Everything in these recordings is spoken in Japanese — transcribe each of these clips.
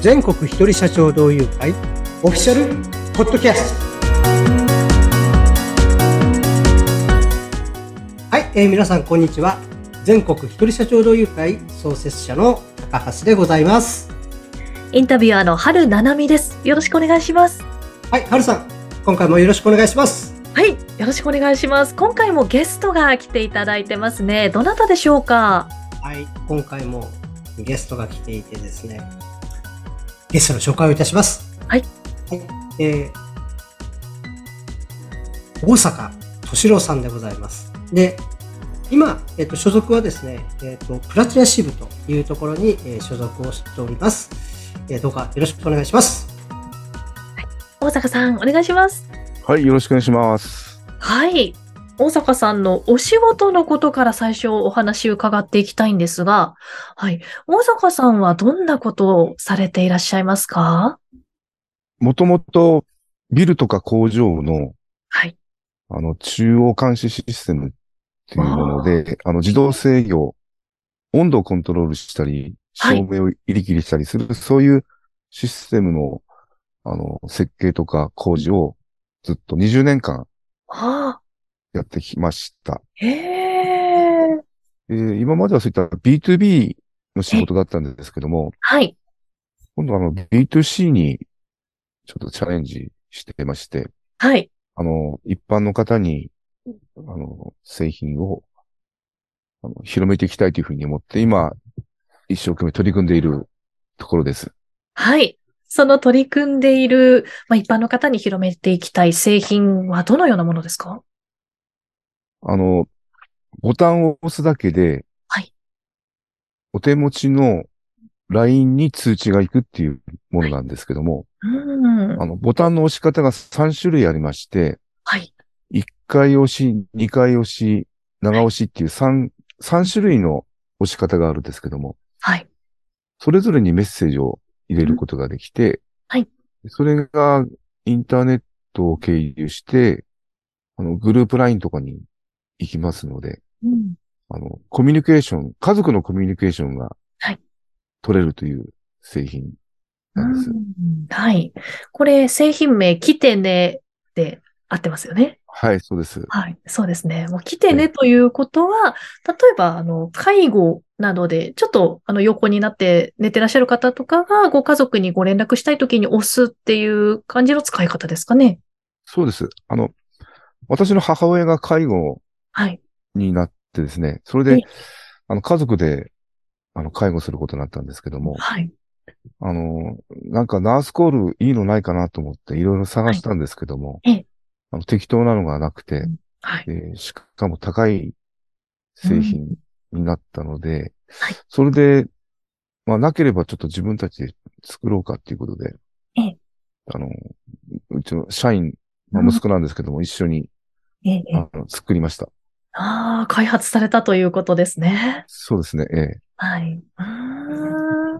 全国一人社長同友会オフィシャルポッドキャストはい、えー皆さんこんにちは全国一人社長同友会創設者の高橋でございますインタビュアーの春七海です。よろしくお願いします。はい、はるさん今回もよろしくお願いしますはい、よろしくお願いします。今回もゲストが来ていただいてますね。どなたでしょうか。はい、今回もゲストが来ていてですねゲストの紹介をいたしますはい、はいえー大阪敏郎さんでございますで今、えっと所属はですね、えっとプラチナ支部というところに、えー所属をしております、えーどうかよろしくお願いします大阪さん、お願いします。はい、よろしくお願いします。はい、大阪さんのお仕事のことから最初お話を伺っていきたいんですが、はい、大阪さんはどんなことをされていらっしゃいますか。もともと、ビルとか工場の、はい、あの、中央監視システムっていうもので、あの、自動制御、温度をコントロールしたり、はい照明を入り切りしたりする、そういうシステムの、あの、設計とか工事をずっと20年間ああ、やってきました。へえ、えー今まではそういった B2B の仕事だったんですけども、はい、今度はあの B2C にちょっとチャレンジしてまして、はい、あの、一般の方に、あの、製品をあの広めていきたいというふうに思って、今、一生懸命取り組んでいるところです。はい。その取り組んでいる、まあ、一般の方に広めていきたい製品はどのようなものですかあの、ボタンを押すだけで、はいお手持ちの LINE に通知が行くっていうものなんですけども、うん。あの、ボタンの押し方が3種類ありまして、はい。 1回押し、2回押し、長押しっていう3、三種類の押し方があるんですけども、はい。それぞれにメッセージを入れることができて、はい。それがインターネットを経由して、あの、グループラインとかに行きますので、うんあの、コミュニケーション、家族のコミュニケーションがはい、取れるという製品なんです。うんはい。これ、製品名、来てねで合ってますよね。はい、そうです。はい。そうですね。もう来てねということは、例えば、あの、介護などで、ちょっと、あの、横になって寝てらっしゃる方とかが、ご家族にご連絡したいときに押すっていう感じの使い方ですかね。そうです。あの、私の母親が介護はい。になってですね、それはでい、あの、家族で、あの、介護することになったんですけども、はい。あの、なんかナースコールいいのないかなと思っていろいろ探したんですけども、はいええあの適当なのがなくて、はい。でしかも高い製品になったので、はいそれで、まあなければちょっと自分たちで作ろうかっていうことで、ええあの、うちの社員、まあ息子なんですけども、一緒にええええあの作りました。ああ、開発されたということですね。そうですね、ええはい。うー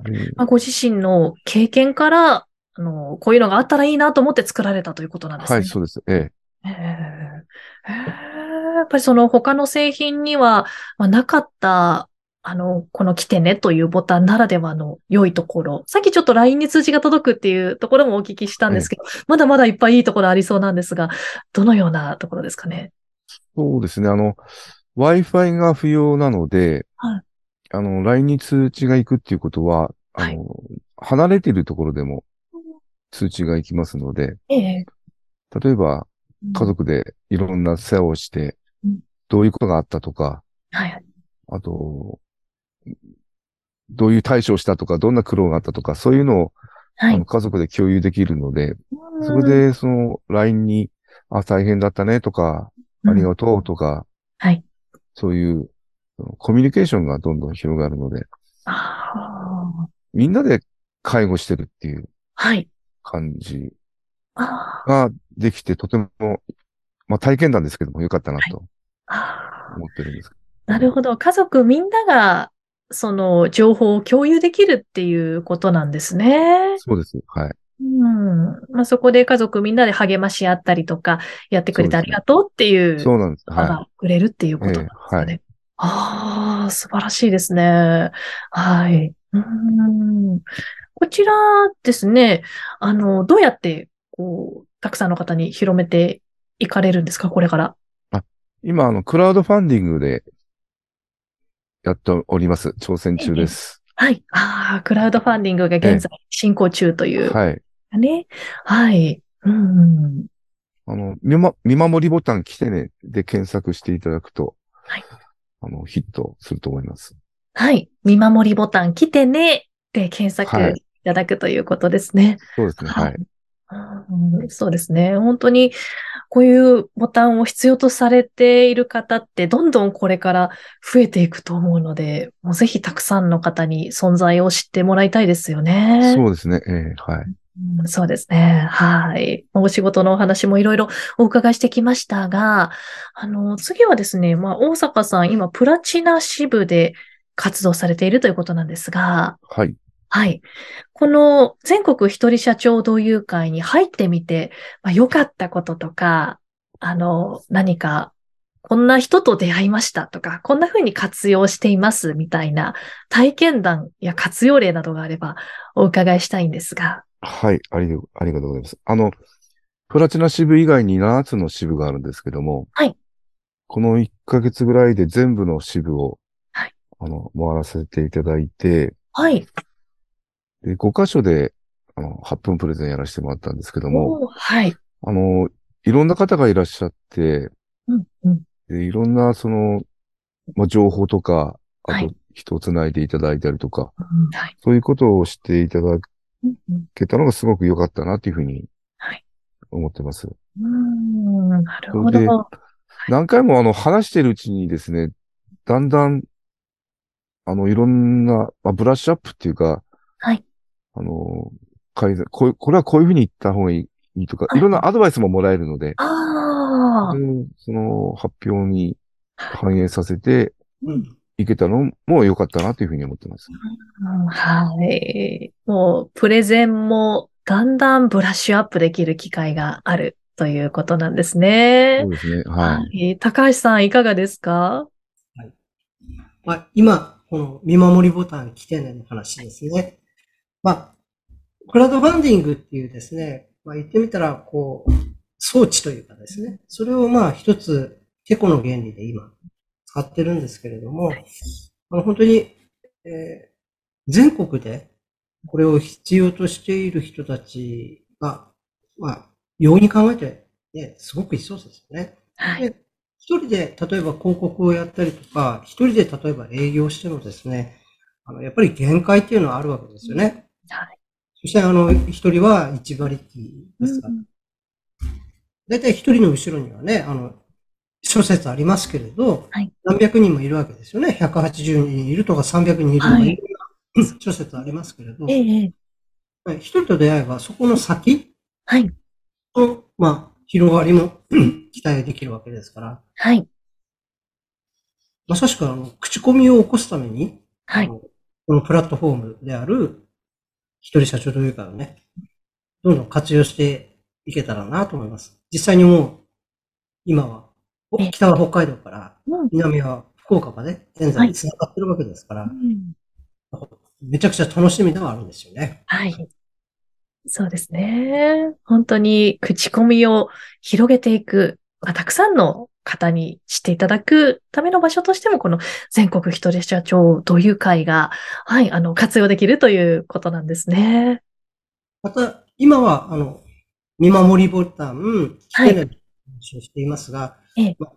ん。でまあ、ご自身の経験から、あの、こういうのがあったらいいなと思って作られたということなんですね。はい、そうです。ええ。へーへーやっぱりその他の製品には、まあ、なかった、あの、この来てねというボタンならではの良いところ。さっきちょっと LINE に通知が届くっていうところもお聞きしたんですけど、まだまだいっぱいいいところありそうなんですが、どのようなところですかね。そうですね。あの、Wi-Fi が不要なので、はいあの、LINE に通知が行くっていうことは、あの、離れているところでも通知が行きますので、ええ。例えば家族でいろんな世話をしてうん、どういうことがあったとか、はい。あと、どういう対処をしたとか、どんな苦労があったとか、そういうのを、はあいの。家族で共有できるので、それでその LINE に、あ、大変だったねとか、うん、ありがとうとか、はい。そういうそのコミュニケーションがどんどん広がるので、ああ。みんなで介護してるっていうはい。感じあができて、とても、まあ体験談ですけども、よかったなとーあー。思ってるんですけなるほど。家族みんなが、その情報を共有できるっていうことなんですねど。。そうです。はい。うん。まあ、そこで家族みんなで励まし合ったりとか、やってくれてあそうですりねがとうっていう、そうなんです。まはだくれるっていうことなんですよね。ああ、素晴らしいですね。はい。うん。こちらですね、あの、どうやって、こう、たくさんの方に広めていかれるんですかこれから。今、あの、クラウドファンディングでやっております。挑戦中です。はい。ああ、クラウドファンディングが現在進行中という。はい。ね。はい。うんうん。あの、見ま、見守りボタン来てねで検索していただくと、はいあの、ヒットすると思います。はい。見守りボタン来てねで検索はいいただくということですね。そうですね。はい。うんそうですね。本当に、こういうボタンを必要とされている方って、どんどんこれから増えていくと思うので、もうぜひたくさんの方に存在を知ってもらいたいですよね。そうですね。ええはい。うんそうですね。はい。お仕事のお話もいろいろお伺いしてきましたが、あの、次はですね、まあ、大阪さん、今、プラチナ支部で活動されているということなんですが、はい。はい。この全国一人社長同友会に入ってみて、まあ、良かったこととか、あの、何か、こんな人と出会いましたとか、こんな風に活用していますみたいな体験談や活用例などがあればお伺いしたいんですが。はい。ありがありがとうございます。あの、プラチナ支部以外に7つの支部があるんですけども、はいこの1ヶ月ぐらいで全部の支部を、はいあの、回らせていただいて、はい。で5箇所で、あの、8分プレゼンやらせてもらったんですけども、おーはい。あの、いろんな方がいらっしゃって、うんうんでいろんな、その、まあ、情報とか、あはとい人をつないでいただいたりとか、うんはいそういうことをしていただうんうんけたのがすごく良かったなっていうふうにはい思ってます。うーんなるほど。それでは何回もあの話してるうちにですね、だんだん、あの、いろんな、まあ、ブラッシュアップっていうか、はい。あの、改善、こうこれはこういうふうに言った方がいいいいとか、はいいろんなアドバイスももらえるので、あそれをその発表に反映させてうん。いけたのも良かったなというふうに思ってます。あ、うんはい。もう、プレゼンもだんだんブラッシュアップできる機会があるということなんですねそう。ですね。はい。はい高橋さん、いかがですかまあ、今、この見守りボタン来てねの話ですね。まあ、クラウドファンディングっていうですね、まあ、言ってみたら、こう、装置というかですね、それをまあ一つ、テコの原理で今使ってるんですけれども、あの本当に、えー全国でこれを必要としている人たちが、まあ、容易に考えて、ね、すごくいそうですよね。はい。で、一人で例えば広告をやったりとか、一人で例えば営業してもですね、あのやっぱり限界っていうのはあるわけですよね。はい。そしてあの、一人は一馬力ですから、大体一人の後ろにはね、あの、諸説ありますけれど、はい何百人もいるわけですよね。180人いるとか300人いるとか、はいいろんな諸説ありますけれど、ええええ、一人と出会えばそこの先はい。の、まあ、広がりも 期待できるわけですから、はい。まさしくあの、口コミを起こすために、はあい。のこのプラットフォームである、一人社長というかをね、どんどん活用していけたらなと思います。実際にもう、今は、おええ北は北海道から、うん南は福岡まで、現は在い繋がってるわけですから、うんめちゃくちゃ楽しみではあるんですよね。はい。そうですね。本当に口コミを広げていく、まあ、たくさんの方に知っていただくための場所としても、この全国一人社長同友会が、はい、あの、活用できるということなんですね。また、今は、あの、見守りボタン、はい聞けない話をしていますが、ええま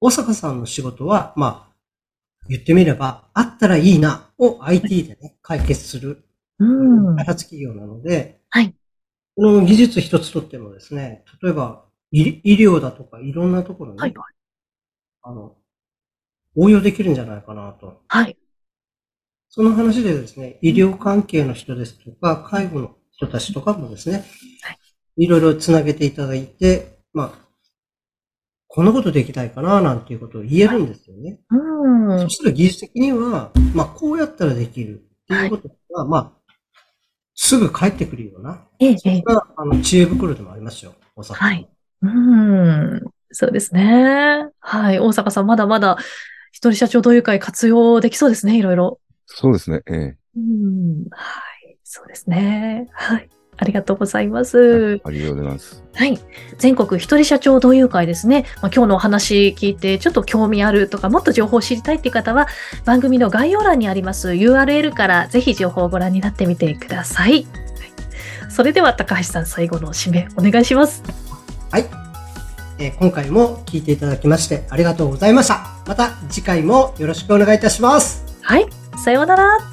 大阪さんの仕事は、まあ、言ってみれば、あったらいいなを IT でね、解決するうん。開発企業なので、はいこの技術一つとってもですね、例えば医医療だとかいろんなところに、はい。あの応用できるんじゃないかなと。はい。その話でですね、医療関係の人ですとか、介護の人たちとかもですね、、はいろいろつなげていただいて、まあ、こんなことできないかななんていうことを言えるんですよね。うんそ。したら技術的には、まあ、こうやったらできるっていうことが、まあ、すぐ返ってくるような、ええ、ええ。が、あの、知恵袋でもありますよ、お酒。はい。うん。そうですね。はい。大阪さん、まだまだ一人社長同友会活用できそうですね、いろいろ。そうですね。ええうんはい。そうですね。はい。ありがとうございます。ありがとうございます。はい。全国一人社長同友会ですね。まあ、今日のお話聞いて、ちょっと興味あるとか、もっと情報知りたいっていう方は、番組の概要欄にあります URL から、ぜひ情報をご覧になってみてください。はいそれでは、高橋さん、最後の締め、お願いします。はい、えー今回も聞いていただきましてありがとうございました。また次回もよろしくお願いいたします。はい。さようなら。